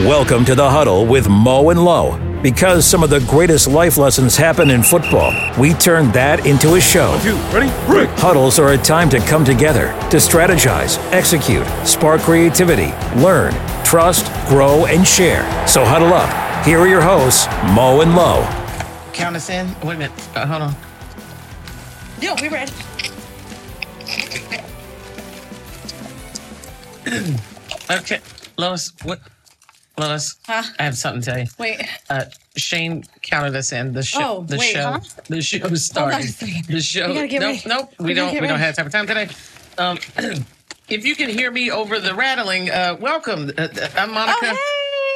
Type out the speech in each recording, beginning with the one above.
Welcome to the huddle with Mo and Low. Because some of the greatest life lessons happen in football, we turn that into a show. Two, ready? Break. Huddles are a time to come together, to strategize, execute, spark creativity, learn, trust, grow, and share. So huddle up. Here are your hosts, Mo and Low. Count us in. Wait a minute. Uh, hold on. No, we read. Okay, Lois. What? Lois, Huh? I have something to tell you. Wait. Uh, Shane counted us in. The show. Oh, the wait, show. huh? The show Hold on started. a second. The show. We gotta get nope. ready. Nope. We, We gotta don't. We get don't ready. have time for time today. Um, if you can hear me over the rattling, uh, welcome. Uh, uh, I'm Monica. Oh, hey.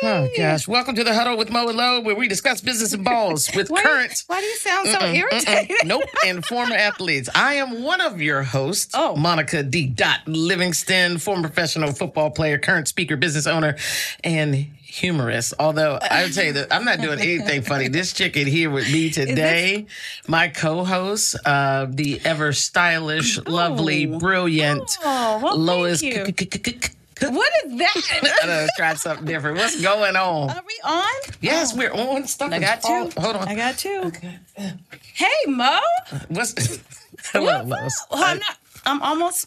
Oh, gosh! Welcome to the huddle with Mo and Lowe, where we discuss business and balls with Why, current Why do you sound so irritated? Nope. And former athletes. I am one of your hosts, Oh. Monica D. Dot Livingston, former professional football player, current speaker, business owner, and humorist. Although I would tell you that I'm not doing anything funny. This chicken here with me today, my co-host, uh, the ever stylish, lovely, brilliant Oh, well, Lois. thank you. C- C- C- C- C- What is I that? done tried something different. What's going on? Are we on? Yes, we're on stuff. I got Oh, two. Hold on. I got two. Hey, Mo. What's hello, What? Lois? Well, I'm not. I'm almost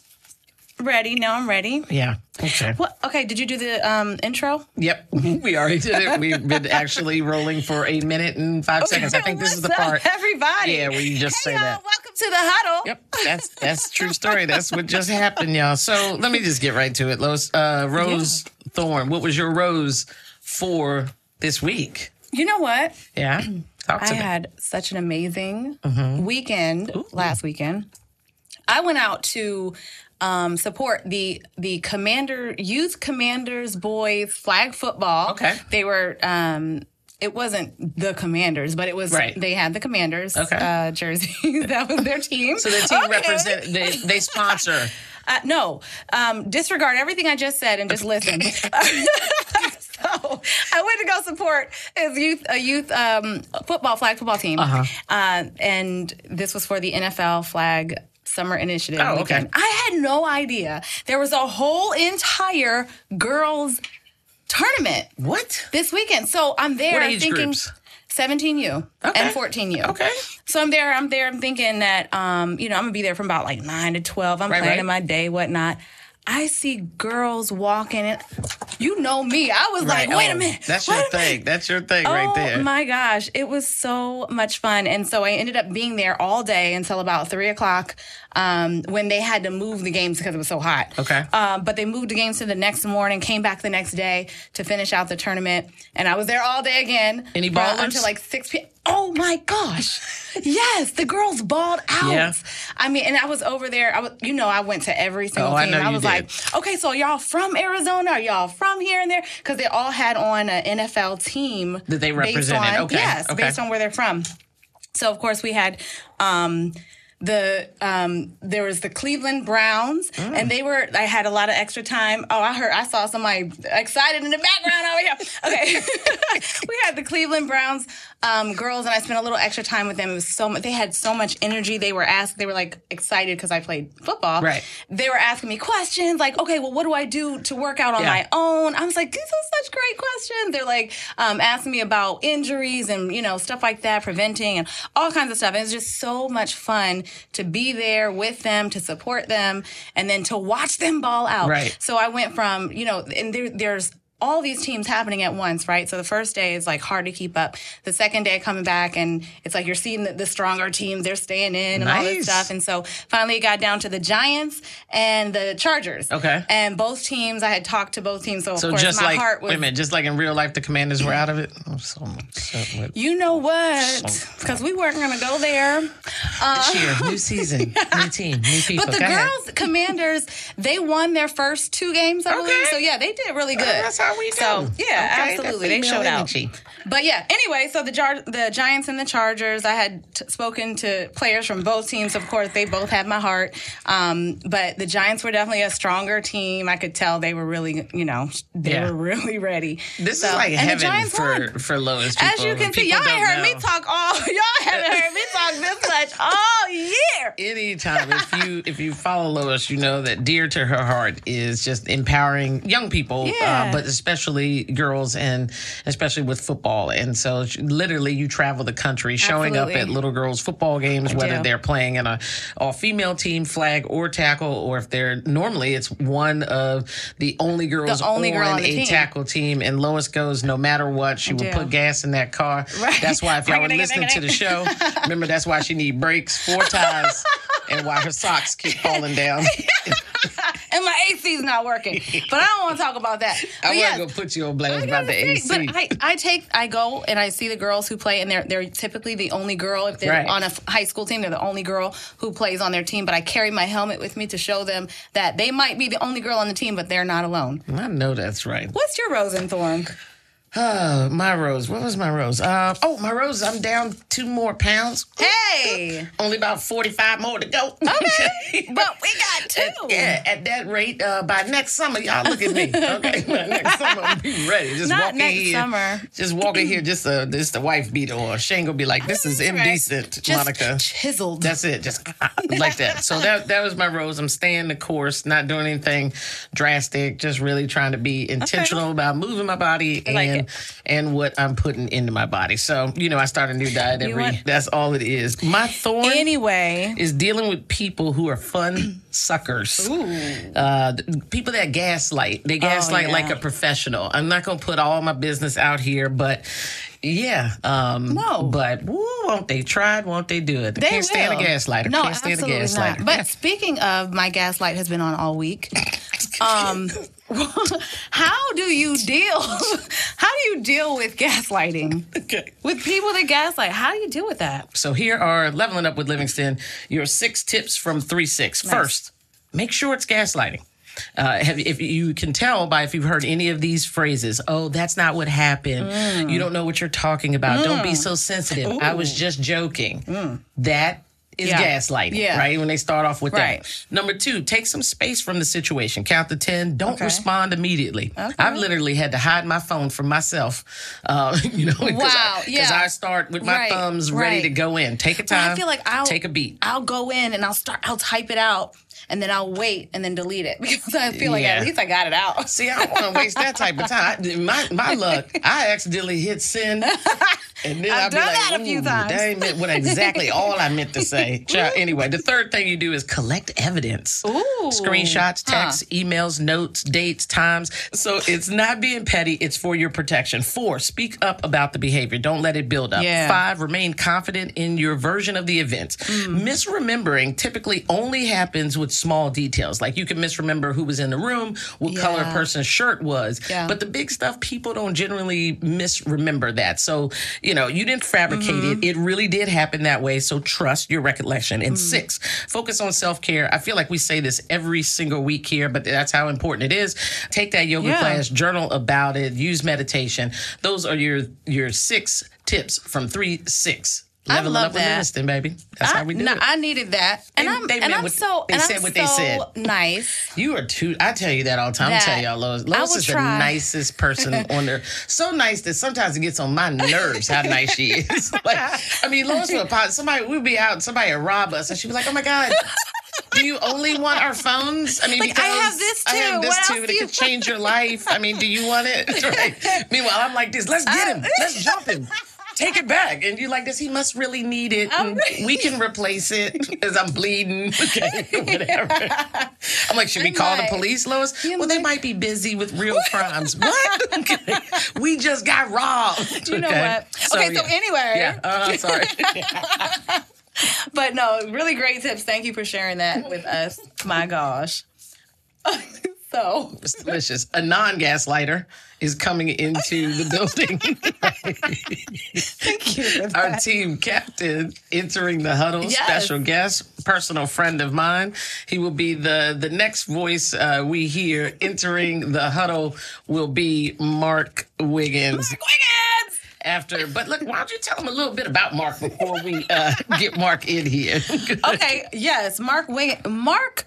ready. Now I'm ready. Yeah. Okay. What? Okay. Did you do the um, intro? Yep. We already did it. We've been actually rolling for a minute and five seconds. I think this is the What's up, part. Everybody. Yeah, where you just hey, say y'all, that. Welcome to the huddle. Yep. That's that's true story. That's what just happened, y'all. So let me just get right to it. Los, uh, Rose Thorne, what was your rose for this week? You know what? Yeah. Talk I to me. had such an amazing Mm-hmm. weekend last weekend. I went out to um, support the the commander youth commanders boys flag football. Okay. they were. Um, it wasn't the commanders, but it was Right. they had the commanders Okay. uh, jerseys. that was their team. so the team Okay. represent they, they sponsor. Uh, no, um, disregard everything I just said and just listen. so I went to go support his youth, a youth um, football flag football team, Uh-huh. uh and this was for the NFL flag summer initiative. Oh, okay. weekend. I had no idea there was a whole entire girls tournament What? this weekend. So I'm there. What I'm age thinking groups? 17U Okay. and 14U. Okay. So I'm there. I'm there. I'm thinking that, um, you know, I'm gonna be there from about like nine to 12. I'm Right, planning right. my day, whatnot. I see girls walking, and you know me. I was Right. like, wait Oh, a minute. That's wait your a minute." thing. That's your thing oh right there. my gosh, it was so much fun, and so I ended up being there all day until about three o'clock, um, when they had to move the games because it was so hot. Okay. Um, but they moved the games to the next morning, came back the next day to finish out the tournament, and I was there all day again. Any from- ballers? until like six p. Oh my gosh! yes, the girls balled out. Yeah. I mean, and I was over there. I was, you know, I went to every single Oh, I team. know you was did. like, okay, so y'all from Arizona? Are y'all from here and there? Because they all had on an NFL team That they based represented. on- Okay, Yes, okay. based on where they're from. So of course we had um, the um, there was the Cleveland Browns, Oh. and they were. I had a lot of extra time. Oh, I heard I saw somebody excited in the background over here. Okay, we had the Cleveland Browns um, girls, and I spent a little extra time with them. It was so much. They had so much energy. They were asked. They were like excited because I played football. Right. They were asking me questions like, okay, well, what do I do to work out on Yeah. my own? I was like, these are such great questions. They're like um, asking me about injuries and you know stuff like that, preventing and all kinds of stuff. And it's just so much fun to be there with them, to support them, and then to watch them ball out. Right. So I went from you know, and there, there's all these teams happening at once, right? So the first day is like hard to keep up. The second day coming back, and it's like you're seeing the, the stronger teams. They're staying in and all Nice. this stuff. And so finally it got down to the Giants and the Chargers. Okay. And both teams, I had talked to both teams. So, of So course, just my like heart was. wait a minute, just like in real life, the commanders were out of it. I'm so upset with You know what? Because we weren't going to go there. this year, new season, new team, new people. Uh, But the Go ahead. girls, commanders, they won their first two games, I believe. Okay. So, yeah, they did really good. That's how we do. So, yeah, Okay, the absolutely. They female showed out. energy. But yeah, anyway, so the Jar- the Giants and the Chargers, I had t- spoken to players from both teams. Of course, they both had my heart. Um, but the Giants were definitely a stronger team. I could tell they were really, you know, they Yeah. were really ready. This is So- like and the heaven Giants for won. for Lois. People. As you can see, People y'all ain't don't heard me know. talk all. Y'all haven't heard me talk this much all year. Anytime if you if you follow Lois, you know that dear to her heart is just empowering young people, Yeah. uh, but especially girls and especially with football. And so sh- literally you travel the country showing up at Absolutely. little girls football games, whether do. they're playing in a all female team flag or tackle, or if they're normally it's one of the only girls only on, girl on the a team. tackle team. And Lois goes, no matter what, she will do. put gas in that car. Right. That's why if y'all were Ring-a-ding-a-ding-a-ding. listening to the show, remember that's why she need breaks, four ties, and why her socks keep falling down. and my AC's not working. But I don't want to talk about that. I But wasn't yes, gonna put you on blast I about the gotta AC. say, But I, I take, I go and I see the girls who play, and they're they're typically the only girl if they're Right. on a f- high school team. They're the only girl who plays on their team. But I carry my helmet with me to show them that they might be the only girl on the team, but they're not alone. I know that's right. What's your rose and thorn? Uh, my rose. What was my rose? Uh, oh, my rose. I'm down two more pounds. Hey, Only about 45 more to go. Okay. but we got two. Yeah, at that rate, uh, by next summer, y'all look at me. Okay, by next summer, I'll be ready. Just Not walk in next here, summer. Just walk in here, just uh, just the wife beater or Shane gonna be like, this is That's right. indecent, Just Monica. chiseled. That's it, just like that. So that that was my rose. I'm staying the course, not doing anything drastic. Just really trying to be intentional about moving my body and like and what I'm putting into my body. So you know, I start a new diet every. want- that's all it is. My thorn anyway. is dealing with people who are fun suckers. Uh, th- people that gaslight. They gaslight Oh, yeah. like a professional. I'm not going to put all my business out here, but yeah. Um, No. But woo, won't they try it? Won't they do it? They Can't stand a will. gaslighter. No, Can't stand a absolutely gaslighter. not. But speaking of, my gaslight has been on all week. Um, how do you deal? How do you deal with gaslighting? Okay. With people that gaslight, how do you deal with that? So here are leveling up with Livingston. Your six tips from three six. First, make sure it's gaslighting. Uh, have, if you can tell by if you've heard any of these phrases, oh, that's not what happened. Mm. You don't know what you're talking about. Don't be so sensitive. I was just joking. That is Mm. Yeah. gaslighting, Yeah. right? When they start off with Right. that. Number two, take some space from the situation. Count to ten. Don't Okay. respond immediately. I've literally had to hide my phone from myself. Uh, you know, because Wow, yeah. I start with my Right, thumbs ready right. to go in. Take a But time. I feel like I'll take a beat. I'll go in and I'll start. I'll type it out and then I'll wait and then delete it because I feel like Yeah. at least I got it out. See, I don't want to waste that type of time. I- My my luck, I accidentally hit send, and then I've I'll be done like, that a few "Ooh, times." That ain't meant what exactly all I meant to say. Child, anyway, the third thing you do is collect evidence. Ooh. Screenshots, texts, emails, notes, dates, times. So it's not being petty, it's for your protection. Four, speak up about the behavior. Don't let it build up. Yeah. Five, remain confident in your version of the events. Hmm. Misremembering typically only happens with small details. Like you can misremember who was in the room, what color a Yeah. person's shirt was. Yeah. But the big stuff, people don't generally misremember that. So, you know, you didn't fabricate Mm-hmm. it. It really did happen that way. So trust your recollection. Mm. And six, focus on self care. I feel like we say this every single week here, but that's how important it is. Take that yoga Yeah. class, journal about it, use meditation. Those are your your six tips from three six. I Level it love up with that. Livingston, baby. That's how we do no, it. I needed that, and They- I'm they and meant I'm what- so they and said I'm what so they said. nice. You are too. I tell you that all the time. I tell That- y'all, Lois. I Lois will is the try. nicest person on there. So nice that sometimes it gets on my nerves how nice she is. Like, I mean, Lois would pop. Somebody we'd be out. Somebody would rob us, and she'd be like, "Oh my god." Do you only want our phones? I mean, Like, I have this I have too. this What too, else and do it you could change your life. I mean, do you want it? Right. Meanwhile, I'm like this. Let's get him. Let's jump him. Take it back. And you're like this. He must really need it. I'm And Oh, really- we can replace it as I'm bleeding. Okay, whatever. I'm like, should we I'm call like- the police, Lois? Yeah, well, they like- might be busy with real crimes. what? Okay. We just got robbed. You know what? Okay, so anyway. Yeah, uh, sorry. But no, really great tips. Thank you for sharing that with us. My gosh. so it's delicious. A non gaslighter is coming into the building. thank you. For Our team captain entering the huddle, Yes. special guest, personal friend of mine. He will be the the next voice uh, we hear entering the huddle will be Mark Wiggins. Wiggins! after. But look, why don't you tell them a little bit about Mark before we uh, get Mark in here? Okay, yes, Mark Wiggins. Mark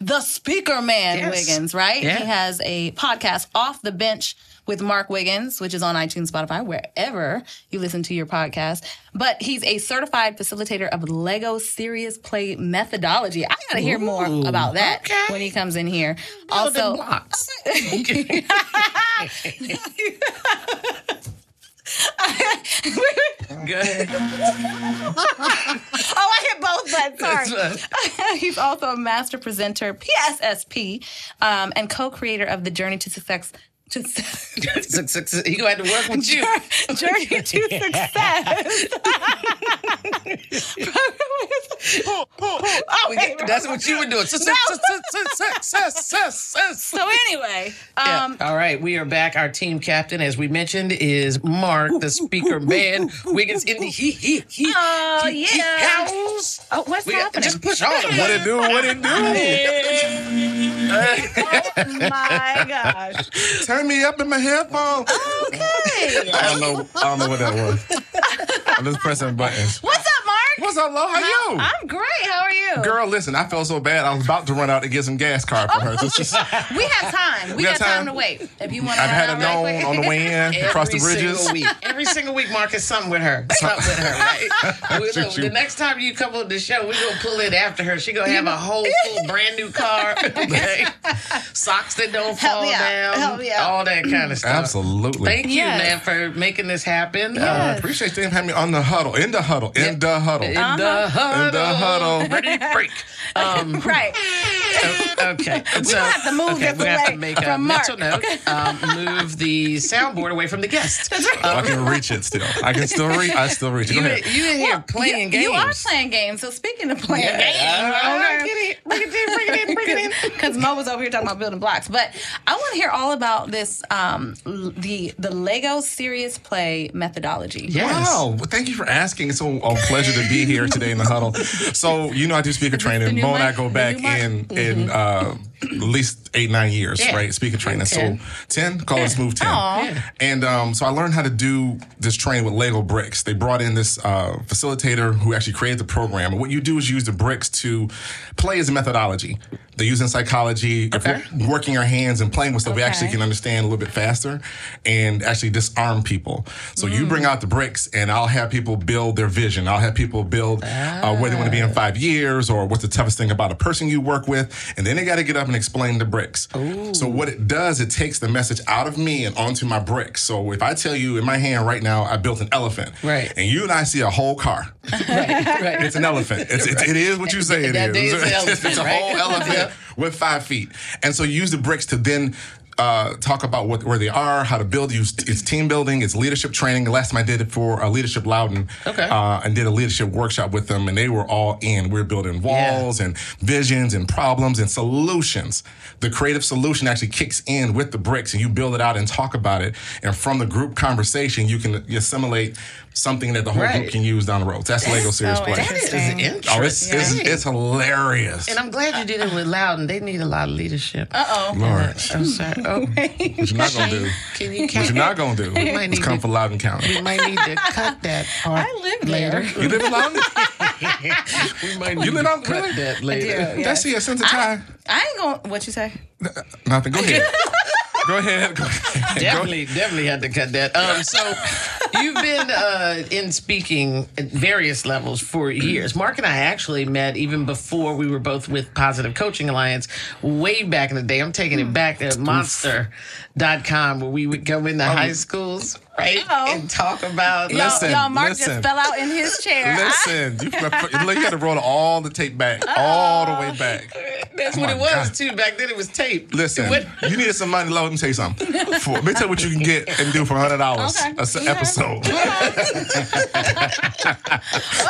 the speaker man Yes. Wiggins, right? Yeah. He has a podcast off the bench with Mark Wiggins, which is on iTunes, Spotify, wherever you listen to your podcast. But he's a certified facilitator of Lego Serious Play methodology. I gotta hear more Ooh, about that okay. when he comes in here. Building also, blocks. Go ahead. Oh, I hit both buttons. Sorry. That's He's also a master presenter, PSSP, um, and co-creator of the Journey to Success. To, Journey Suc- suc- He gonna have to work with you. to Success. oh, We wait. get- That's what you were doing. Suc- suc- suc- suc- suc- suc- suc- suc- suc- so anyway, Yeah. um, All right, we are back. Our team captain, as we mentioned, is Mark, the speaker man. Wiggins in the he he he. Oh, he- he yeah. house. oh, what's We got, happening? just push on. What it do? What it do? oh my gosh. Turn me up in my headphone. Okay. I don't know. I don't know what that was. I'm just pressing buttons. What's up, Mark? What's up, Lo? How you? I'm great. How are you? Girl, listen, I felt so bad. I was about to run out and get some gas card for her. So just, I've Oh. We have time. We, We got got time. time. to wait. If you want to had it known out right on the way in, across the Every bridges. Single week. Every single week, Mark is something with her. Something with her, right? We- Shoot, look, the shoot. next time you come on the show, we're going to pull in after her. She going to have a whole full brand new car. okay? Socks that don't Help fall me out. down. Help me out. All that kind of stuff. Absolutely. Thank you, Yes. man, for making this happen. Uh, I Yes. appreciate them having me on the huddle, in the huddle, in the huddle. in the huddle. huddle. Pretty freak. Um, Right. okay. We so, have to move okay, this we have away to make a from Mark. mental note. Um, move the soundboard away from the guests. I can reach it still. I can still reach. I still reach. it. Go You, ahead. you in here playing you, games. you are playing games. So speaking of playing Yeah. games, Get it. Bring it in, bring it in, bring it in. because Mo was over here talking about building blocks, but I want to hear all about this um, l- the the Lego serious play methodology. Yes. Wow. Well, thank you for asking. It's a, a pleasure to be here today in the huddle. So, you know, I do speaker training. new Mo and I mic? go The back new mic? Mm-hmm. in in uh, at least eight, nine years, Yeah. right? Speaker training. Ten. So, 10, call it smooth 10. Aw. And um, so I learned how to do this training with Lego bricks. They brought in this uh, facilitator who actually created the program. And what you do is use the bricks to play as a methodology. They're using psychology, if Okay. we're working our hands and playing with stuff. We actually Okay. can understand a little bit faster and actually disarm people. So you bring out the bricks, and I'll have people build their vision. I'll have people build uh, where they want to be in five years or what's the toughest thing about a person you work with. And then they got to get up and explain the bricks. So what it does, it takes the message out of me and onto my bricks. So if I tell you in my hand right now, I built an elephant, Right. and you and I see a whole car. Right, right. It's an elephant. It's, it's, it is what you say it That is. is an elephant, it's a right? whole elephant with five feet. And so you use the bricks to then uh, talk about what where they are, how to build. Use it's team building, it's leadership training. The last time I did it for uh, Leadership Loudon, Okay. uh, and did a leadership workshop with them, and they were all in. We were building walls and visions and problems and solutions. The creative solution actually kicks in with the bricks, and you build it out and talk about it. And from the group conversation, you can assimilate something that the whole Right. group can use down the road. That's Lego serious so play. Oh, That is Interesting. interesting. Oh, it's, it's, it's hilarious. and I'm glad you did it with Loudon. They need a lot of leadership. Uh Lord, I'm sorry. Oh, what you're not gonna do? can you What count? you're not gonna do? Is might need come to- for Loudon County. We might need to cut that part I live later. there. You live in Loudon? We might You need live to out cut really? that later. do. Yeah. That's your sense of time. I ain't going. to What you say? Nothing. Go ahead. Go ahead. Go ahead. Definitely, definitely had to cut that. Um, so you've been uh, in speaking at various levels for years. Mark and I actually met even before we were both with Positive Coaching Alliance way back in the day. I'm taking it back to monster.com where we would go into high schools, right? Uh-oh. And talk about Y'all, Oh. Listen, y'all Mark listen. just fell out in his chair. I, Listen, you, you got to roll all the tape back, all the way back. that's Oh what my it was God. too. Back then it was taped. Listen, What- you needed some money. Let me tell you something. For, let me tell you what you can get and do for hundred dollars Okay. a s- episode.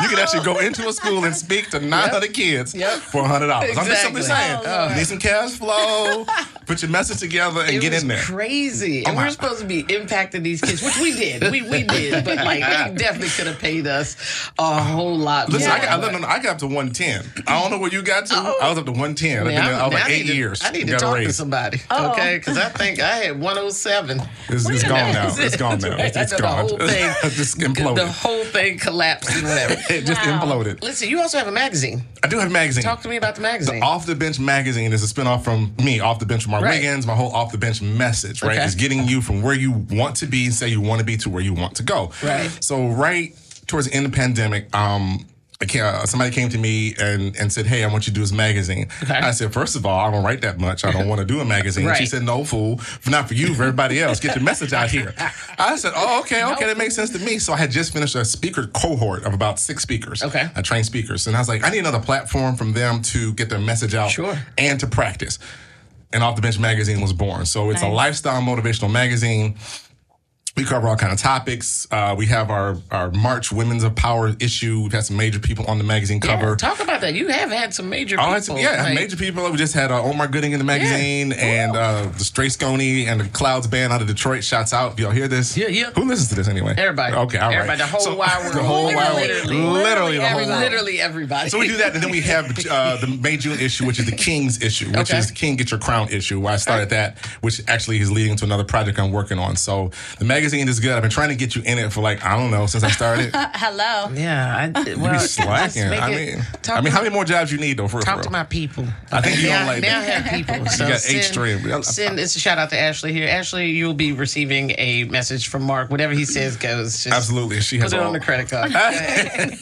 you can actually go into a school and speak to nine hundred kids Yep. for hundred dollars. I'm just simply Exactly. saying, Oh, you need some cash flow. Put your message together and It get was in there. Crazy. and my- we're supposed to be impacting these kids, which we did. We we did. But like they definitely could have paid us a whole lot Listen, more. I, got, I, don't know, I got up to 110. I don't know where you got to. I was up to 110. I've been Now, there- I was now like I eight need to- years. I need to Got a talk to raise. somebody, Uh-oh. okay? Because I think I had 107. It's, it's gone now. That's It's it. gone now. I It's thought gone. The whole thing, Just imploded. The whole thing collapsed and whatever. it just Wow. imploded. Listen, you also have a magazine. I do have a magazine. Talk to me about the magazine. Off the Bench magazine is a spinoff from me, Off the Bench from Mark Right. Wiggins. My whole Off the Bench message, right, Okay. is getting you from where you want to be, say you want to be, to where you want to go. Right. So right towards the end of the pandemic, um, I can't- uh, somebody came to me and, and said, Hey, I want you to do this magazine. I said, First of all, I don't write that much. I don't want to do a magazine. She Right. said, No, fool. Not for you, for everybody else. Get the message out here. I said, Oh, okay, okay. That makes sense to me. So I had just finished a speaker cohort of about six speakers. Okay. I trained speakers. And I was like, I need another platform from them to get their message out Sure. and to practice. And Off the Bench magazine was born. So it's a lifestyle motivational magazine. We cover all kind of topics. Uh, we have our our March Women's of Power issue. We've had some major people on the magazine cover. Yeah, talk about that. You have had some major All people. that's- yeah, like- major people. We just had uh, Omar Gooding in the magazine, and uh, the Stray Sconey and the Clouds band out of Detroit. Shouts out! If y'all hear this? Yeah, yeah. Who listens to this anyway? Everybody. Okay, all right. Everybody, the whole wide world. The whole wide world. Literally, Literally, literally the whole everybody. world. Literally everybody. So we do that, and then we have uh, the May June issue, which is the King's issue, which Okay. is the King Get Your Crown issue. Where I started that, which actually is leading to another project I'm working on. So the magazine is good. I've been trying to get you in it for like I don't know since I started. Hello. Yeah, I, well, You be just slacking. make I it- mean, talk I mean, to how my- many more jobs you need though? For Talk real? to my people. I think you now, don't like now that. have people. So got send- extreme. Send it's a shout out to Ashley here. Ashley, you'll be receiving a message from Mark. Whatever he says goes. Just Absolutely, she Put has it all. on the credit card.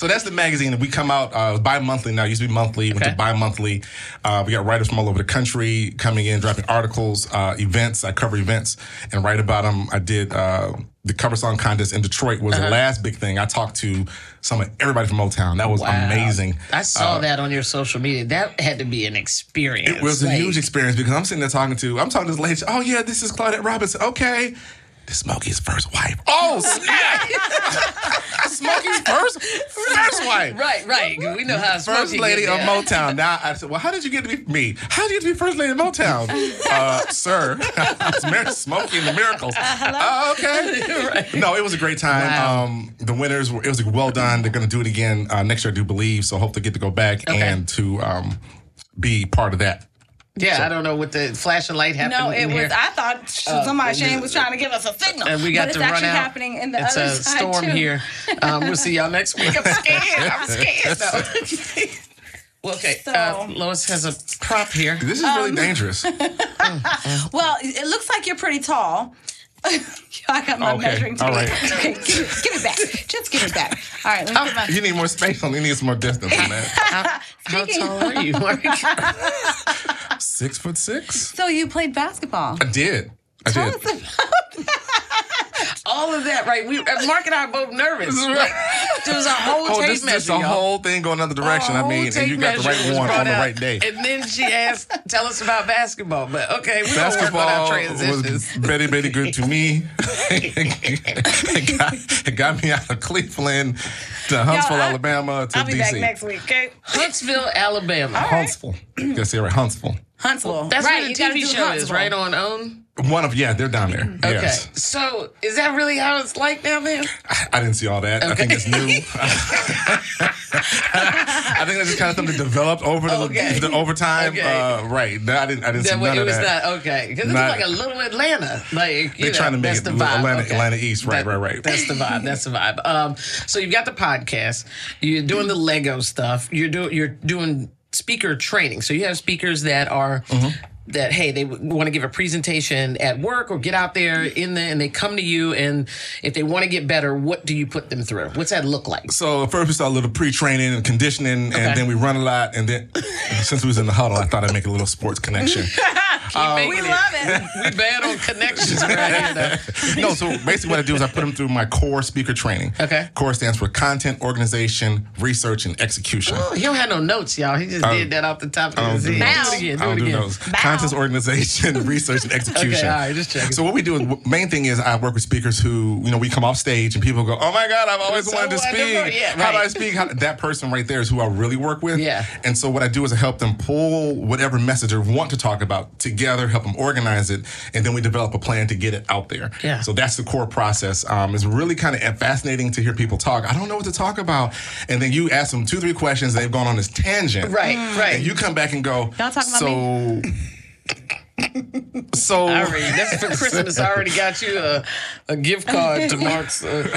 so that's the magazine. We come out uh, bi-monthly now. It used to be monthly. Went Okay. to bi-monthly. Uh, we got writers from all over the country coming in, dropping articles, uh, events. I cover events and write about them. I did uh, the cover song contest in Detroit was Uh-huh. the last big thing. I talked to some of everybody from Motown. That was Wow. amazing. I saw that on your social media. That had to be an experience. Uh, It was a Like, huge experience because I'm sitting there talking to I'm talking to this lady. Oh yeah, this is Claudette Robinson. Okay. This is Smokey's first wife. Oh snap! Smokey's first first wife. Right, right. We know how First smoking lady is of now. Motown. Now I said, well, how did you get to be me? How did you get to be first lady of Motown, uh, sir? I was married to Smokey and the Miracles. Oh, okay. No, it was a great time. Uh, Wow. Um, the winners were. It was well done. They're going to do it again uh, next year, I do believe. So hope to get to go back Okay. and to um, be part of that. Yeah, I don't know what the flashing light happened. No, it in was. here. I thought sh- somebody Shane was trying to give us a signal, Oh, and we got but to it's run actually out. happening in the it's other a side storm too. here. Um, we'll see y'all next week. I'm scared. I'm scared. though. Well, okay, So- uh, Lois has a prop here. This is really dangerous. Well, it it looks like you're pretty tall. I got my Okay, measuring tape. all right. Oh, Okay, give, it- give it back. Just give it back. All right, let me get my. You need more space. You need some more distance, man. How tall are you, Mark? six foot six. So you played basketball. I did. I did. All of that, right? We uh, Mark and I are both nervous. Like, there was a whole Oh, tape this, measure. this the y'all. whole thing going another direction. A I whole mean, and tape you got the measure right was one brought on the out. right day. And then she asked, "Tell us about basketball." But okay, we gonna work on Basketball our transitions. was very, very good to me. it, got, it got me out of Cleveland to Huntsville, I- Alabama to I'll be DC. back next week. Okay. Huntsville, Alabama. Huntsville. Yes, you're right. Huntsville. Huntsville. That's right. where you the gotta TV do show is, Huntsville. right? On um? OWN. One of yeah, they're down there. Mm-hmm. Okay. Yes, So is that really how it's like down there? I didn't see all that. I think it's new. I think that's just kind of something that developed over the, Okay. the overtime. Okay. Uh, right. No, I didn't. I didn't see That none way it of was that. not okay. Because it's Not- like a little Atlanta. Like you They're know, trying to make that's it the little vibe. Atlanta, Okay. Atlanta East. Right, That- right, right. That's the vibe. That's the vibe. Um, so you've got the podcast. You're doing the Lego stuff. You're doing you're doing speaker training. So you have speakers that are. That hey, they want to give a presentation at work or get out there in the and they come to you and if they want to get better, what do you put them through? What's that look like? so at first we started a little pre-training and conditioning, Okay. and then we run a lot. And then since we was in the huddle, I thought I'd make a little sports connection. We love it. We bad on connections around here. Though. no, so basically what I do is I put them through my core speaker training. Okay. Core stands for content, organization, research, and execution. Oh, he don't have no notes, y'all. He just did that off the top of I don't his do head. notes. Oh. Do it I again. Do don't it do again. notes. Content organization, research, and execution. all right, just checking. So what we do, the main thing is I work with speakers who, you know, we come off stage and people go, oh my God, I've always So wanted to speak. wonderful." Yeah, How do right. I speak? How, that person right there is who I really work with. Yeah. And so what I do is I help them pull whatever message they want to talk about together, help them organize it, and then we develop a plan to get it out there. Yeah. So that's the core process. Um, it's really kind of fascinating to hear people talk. I don't know what to talk about. And then you ask them two, three questions, they've gone on this tangent. Right, Mm. right. And you come back and go, Y'all talking about so, so I already, that's for Christmas. I already got you a, a gift card to Mark's uh,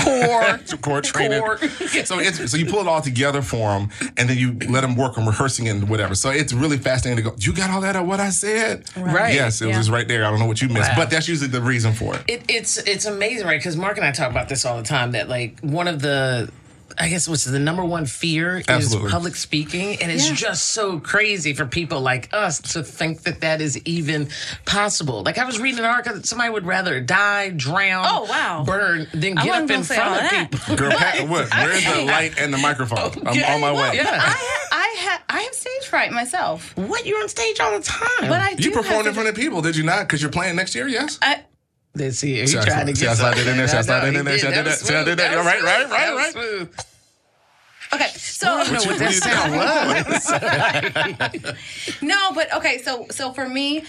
core. core training. Core. so it's so you pull it all together for them, and then you let them work on rehearsing and whatever. So it's really fascinating to go. You got all that at what I said, Right. Yes, it was Yeah. just right there. I don't know what you missed, Wow. but that's usually the reason for it. It, it's it's amazing, right? Because Mark and I talk about this all the time. That like one of the I guess what's the number one fear Absolutely. is public speaking, and it's Yeah. just so crazy for people like us to think that that is even possible. Like I was reading an article that somebody would rather die, drown, Oh, wow. burn than I get wasn't up in gonna say all front of that. people. Girl, Pat, what? Where's the light and the microphone? I'm on my way. Yeah. I ha- I ha- I have stage fright myself, What you're on stage all the time? but I do You performed have in front of people, did you not? Because you're playing next year, yes? I, Let's see. He See, I tried slid- to get see, I slid it in there, see, I something. slid it No, in he there, see, I did. did That was that, see, I smooth. did that. That was Right, right, smooth. right, That was right. smooth. okay, so know what that sound was. No, but okay. So so for me,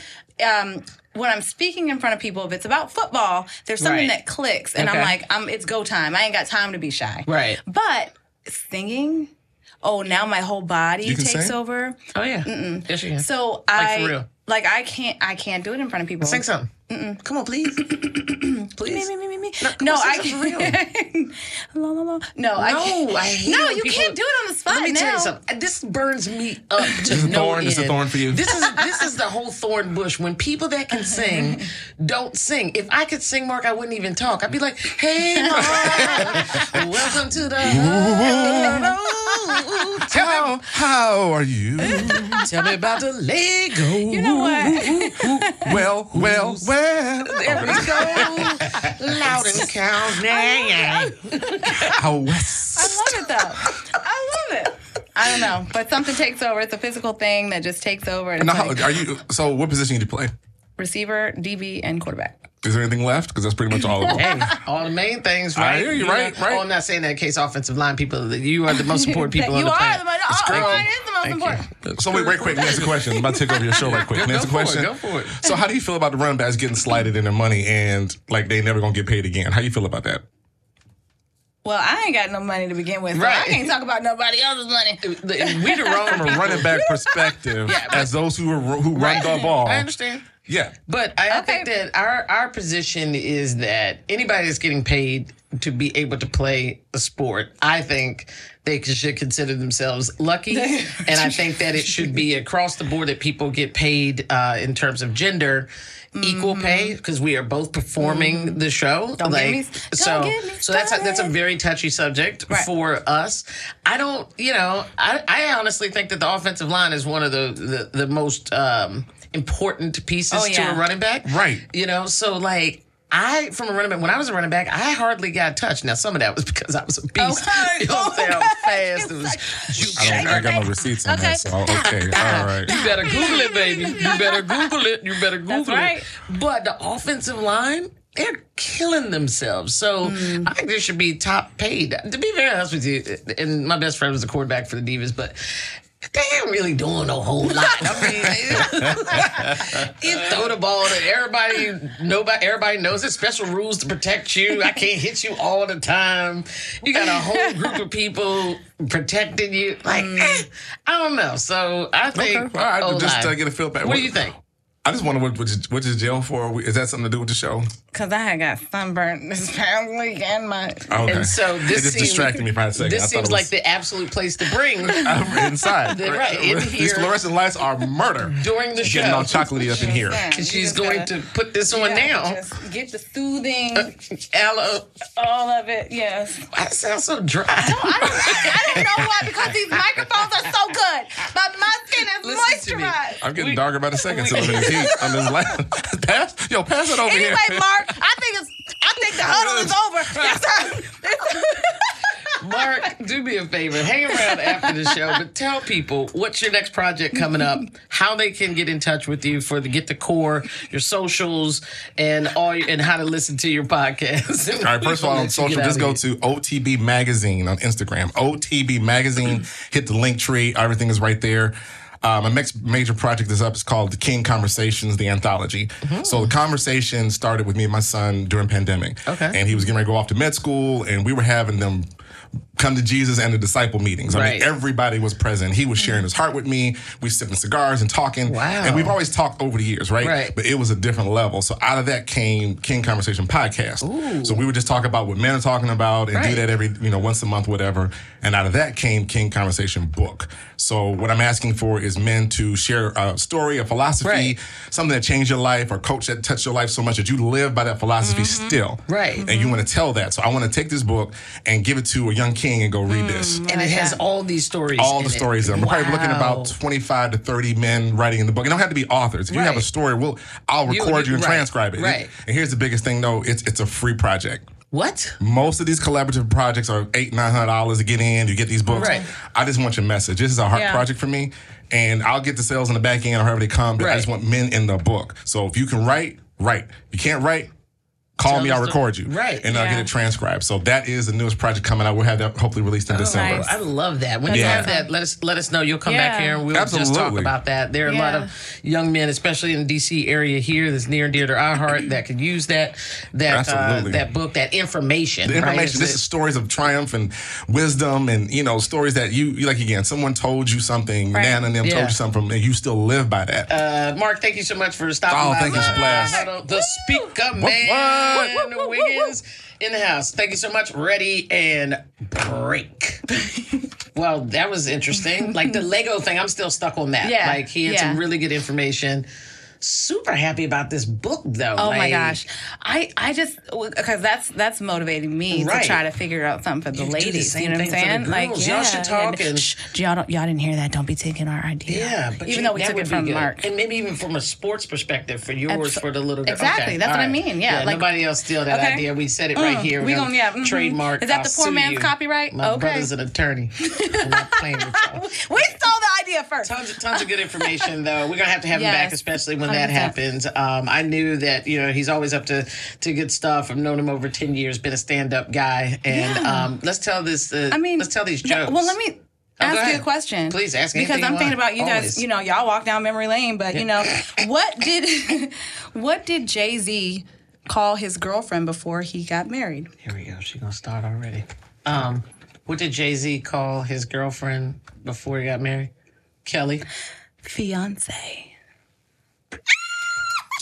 um, when I'm speaking in front of people, if it's about football, there's something Right. that clicks, and Okay. I'm like, I'm it's go time. I ain't got time to be shy. Right. But singing, oh, now my whole body You can takes sing? over. Oh yeah. Yes, you can. So Like, I for real. like I can't I can't do it in front of people. Sing something. Come on, please. please. Me, me, me, me. come No, on, I sing something can't. La, la, la. No, I can't. No, I hate no, when you people- can't do it on the spot Let me now. tell you something. This burns me up to a no thorn. end. This is a thorn for you. This is this is the whole thorn bush. When people that can sing don't sing. If I could sing, Mark, I wouldn't even talk. I'd be like, "Hey, Mark, welcome to the." How, how are you? Tell me about the Lego. You know what? well, well, well. There we go. Loud and count. Yeah, How west. I love it though. I love it. I don't know, but something takes over. It's a physical thing that just takes over. And Now, it's how, like are you? So, what position do you play? receiver, DB, and quarterback. Is there anything left? Because that's pretty much all of them. yeah. All the main things, I right? hear you, right, know? right. Oh, I'm not saying that in case offensive line people. You are the most important people on you the are planet. the most. It's Oh, crazy. mine is the most Thank you. important. So wait, wait, quick. Let me ask a question. I'm about to take over your show right quick. Let me ask a Go for it, question. go for it. So how do you feel about the running backs getting slighted in their money and like they never gonna get paid again? How do you feel about that? Well, I ain't got no money to begin with, so Right. I can't talk about nobody else's money. The- We the wrong From a running back perspective, as those who are, who run the ball, I understand. yeah, But I, I Okay. think that our our position is that anybody that's getting paid to be able to play a sport, I think they c- should consider themselves lucky, and I think that it should be across the board that people get paid uh, in terms of gender. Equal pay because we are both performing the show. Don't get me- Mm-hmm. don't so, get me so that's a, that's a started. very touchy subject Right. for us. I don't, you know, I, I honestly think that the offensive line is one of the the, the most um, important pieces Oh, to yeah. a running back, Right. You know, so like. I, from a running back, when I was a running back, I hardly got touched. Now, some of that was because I was a beast. Okay. You know what I'm saying? I was fast. It was I juking. don't I got no receipts on that, so okay, all right. You better Google it, baby. You better Google it. You better Google right. it. But the offensive line, they're killing themselves. So Mm. I think they should be top paid. To be very honest with you, and my best friend was the quarterback for the Divas, but they ain't really doing a whole lot. I mean, you Uh, throw the ball to everybody. Nobody, everybody knows there's special rules to protect you. I can't hit you all the time. You got a whole group of people protecting you. Like, Mm. eh, I don't know. So I Okay, think all right. O-line. Just uh, get a feel back. What, do you think? I just wonder what what you- what is jail for? Is that something to do with the show? Cause I had got sunburned this past week and my. Oh, Okay. And so it this just seems- distracted me for a second. This I thought seems it like was, the absolute place to bring I'm inside. right, in These here. fluorescent lights are murder. during the Getting all show. chocolatey up in here. Yeah, you She's just going gotta- to put this on yeah, now. Just get the soothing, Aloe. all of it. Yes. I sound so dry. I don't, I don't know why because these microphones are so good, but my skin is Listen to me. moisturized. I'm getting darker by the second. So I'm in this heat. I'm just like, pass, yo, pass it over Anyway, here. Mark, I think it's I think the huddle is over. It's time. It's- Mark, do me a favor. Hang around after the show, but tell people what's your next project coming up, how they can get in touch with you for the Get the Core, your socials, and all your, and how to listen to your podcast. All right, first of all, on social, just go to OTB Magazine on Instagram. OTB Magazine, Mm-hmm. hit the link tree. Everything is right there. Uh, my next major project is up. It's called The King Conversations, the anthology. Mm-hmm. So the conversation started with me and my son during pandemic. Okay. And he was getting ready to go off to med school, and we were having them come to Jesus and the disciple meetings. I Right. Mm-hmm. mean, everybody was present. He was sharing his heart with me. We sipping cigars and talking. Wow. And we've always talked over the years, right? Right. But it was a different level. So out of that came King Conversation podcast. So we would just talk about what men are talking about and do Right. that every, you know, once a month, whatever. And out of that came King Conversation book. So what I'm asking for is men to share a story, a philosophy, Right. something that changed your life or coach that touched your life so much that you live by that philosophy still. Mm-hmm. Right. And you want to tell that. So I want to take this book and give it to a young king king and go read this. and it has all these stories. All in the it. stories in them. We're probably looking at Wow. about 25 to 30 men writing in the book. It don't have to be authors. If you have a Right. story, we'll I'll You- record you, you- and right, transcribe it. right. And here's the biggest thing though, it's it's a free project. What? Most of these collaborative projects are eight, nine hundred dollars to get in. You get these books. Right. I just want your message. This is a heart Yeah. project for me, and I'll get the sales in the back end or however they come. But I Right. just want men in the book. So if you can write, write. You can't write. Call me, I'll record you. Right. And I'll get Yeah. it transcribed. So that is the newest project coming out. We'll have that hopefully released Oh, in December. nice. I love that. When you Yeah. have that, let us let us know. You'll come back Yeah. here and we'll just talk Absolutely. about that. There are a lot of young men, especially in the DC area here, that's near and dear to our heart, that could use that that uh, Absolutely. that book, that information. The information. Right? This is stories of triumph and wisdom, and you know stories that you you- like. Again, someone told you something, Right. Nana and them Yeah. told you something, and you still live by that. Uh, Mark, thank you so much for stopping Oh, by. thank you, Splash. Huddle. The speaker what? man What, Wiggins in the house. Thank you so much. Ready and break. well, that was interesting. Like the Lego thing, I'm still stuck on that. Yeah, Like he had yeah. some really good information. Super happy about this book though. Oh my gosh, I I just because that's that's motivating me Right. to try to figure out something for the You do the ladies. same you know what I'm thing for the saying? Like girls. yeah, Y'all should talk and- shh, y'all don't y'all didn't hear that. Don't be taking our idea. Yeah, but even you- though we that took would it be from good. Mark. and maybe even from a sports perspective for yours Abso- for the little girl. Exactly, that's all what I mean. Yeah, like- nobody else steal that Okay. idea. Mm. We mm-hmm. said it right here. we We're gonna- yeah, mhm. trademark. Is that I'll the poor sue man's you. copyright? My Okay. brother's an attorney. I'm not playing with y'all. We stole the idea first. Tons of, tons of good information, though. We're gonna have to have him back, Yes. especially when that 100%. happens. Um, I knew that you know he's always up to to good stuff. I've known him over ten years. Been a stand up guy, and Yeah. um, let's tell this. Uh, I mean, let's tell these yeah, jokes. Oh, well, let me go ask you ahead. a question. Please ask anything because you I'm thinking want, about you guys. always. You know, y'all walk down memory lane, but you know, what did what did Jay Z call his girlfriend before he got married? Here we go. She's gonna start already. Um, what did Jay Z call his girlfriend before he got married? Kelly. Fiance.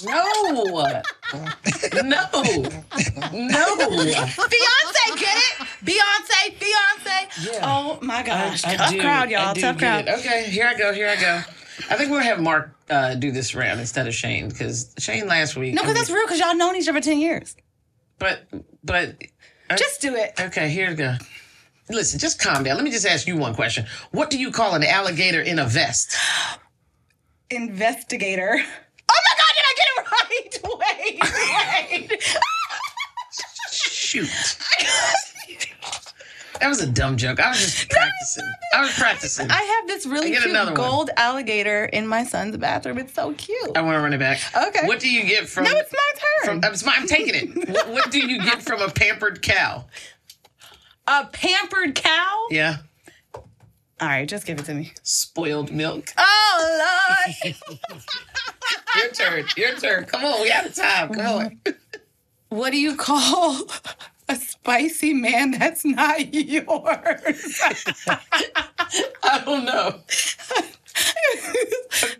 No. no. No. Beyonce, get it? Beyonce, Beyonce. Yeah. Oh my gosh. I Tough do- crowd, I y'all. do Tough get crowd. it. Okay, here I go. Here I go. I think we'll have Mark uh, do this round instead of Shane because Shane last week. No, because that's real, because y'all known each other 10 years. But but Just do it. okay, here we go. Listen, just calm down. Let me just ask you one question. What do you call an alligator in a vest? Investigator. Oh my God, did I get it right? Wait, wait. Shoot. That was a dumb joke. I was just practicing. I was practicing. I have this really I get cute another one. gold alligator in my son's bathroom. It's so cute. I want to run it back. Okay. What do you get from? No, it's my turn. From, I'm, I'm taking it. what, what do you get from a pampered cow? A pampered cow? Yeah. All right, just give it to me. Spoiled milk. Oh, Lord. Your turn. Your turn. Come on. We out of time. Come on. what do you call a spicy man that's not yours? I don't know.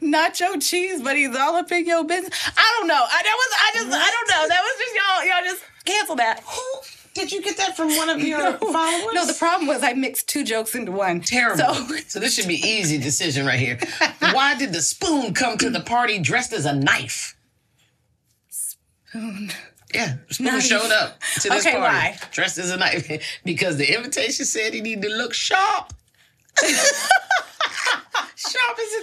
nacho cheese, but he's all up in your business. I don't know. I that was I just I don't know. That was just y'all y'all just cancel that. Oh, Did you get that from one of your followers? No, the problem was I mixed two jokes into one. Terrible. So So, this should be easy decision right here. Why did the spoon come to the party dressed as a knife? Spoon. Yeah, spoon Knife. showed up to this Okay, party why? dressed as a knife because the invitation said he needed to look sharp. sharp as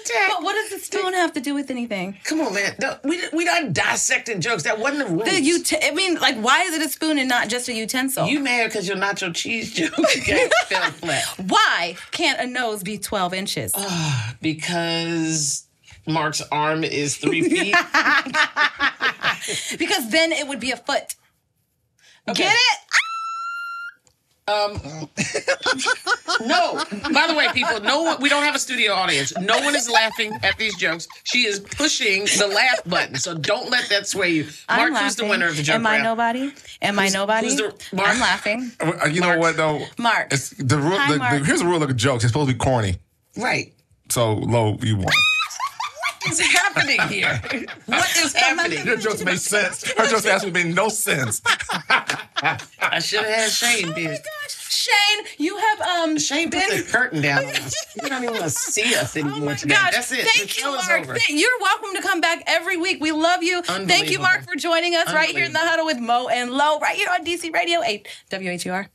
a tack. but what does the spoon have to do with anything? Come on, man. No, we we not dissecting jokes. That wasn't the rules. The ut- I mean, like, why is it a spoon and not just a utensil? You mad because your nacho cheese joke got fell flat why can't a nose be twelve inches? Oh. because Mark's arm is three feet. Because then it would be a foot. Get it? No. By the way, people, no one. We don't have a studio audience. No one is laughing at these jokes. She is pushing the laugh button, so don't let that sway you. Mark, I'm who's the laughing. winner of the joke Am I round? nobody? Am I nobody? who's the- Mark? I'm laughing. Uh, You know what though? Mark. It's the rule. Hi, the, Mark. The, here's the rule of jokes. It's supposed to be corny. Right. So low, you won. What's happening here? What is Your happening? jokes made sense. Her jokes actually made no sense. I should have had Shane. Oh my Dude. gosh, Shane, you have um Shane put the been curtain down on us. You don't even want to see us Oh anymore my today. gosh. That's it. Thank the you, show is Mark. over. Th- You're welcome to come back every week. We love you. Thank you, Mark, Unbelievable. for joining us right here in the Unbelievable. huddle with Mo and Lo, right here on DC Radio 8 WHUR.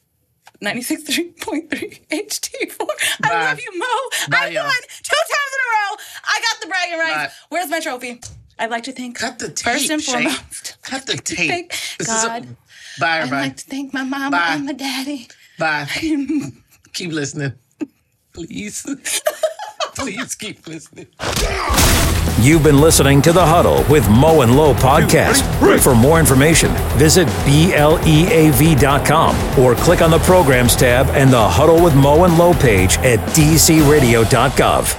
96.3 HT4. Bye. I love you, Mo. Bye, I y'all. won two times in a row. I got the bragging rights. Bye. Where's my trophy? I'd like to thank Cut the tape. first and Shay. foremost. Cut the tape. Thank God. a, bye, I'd everybody. like to thank my mama Bye. and my daddy. Bye. keep listening. Please. Please keep listening. You've been listening to The Huddle with Mo and Low podcast. For more information, visit E BLEAV.com or click on the Programs tab and the Huddle with Mo and Low page at DCRadio.gov.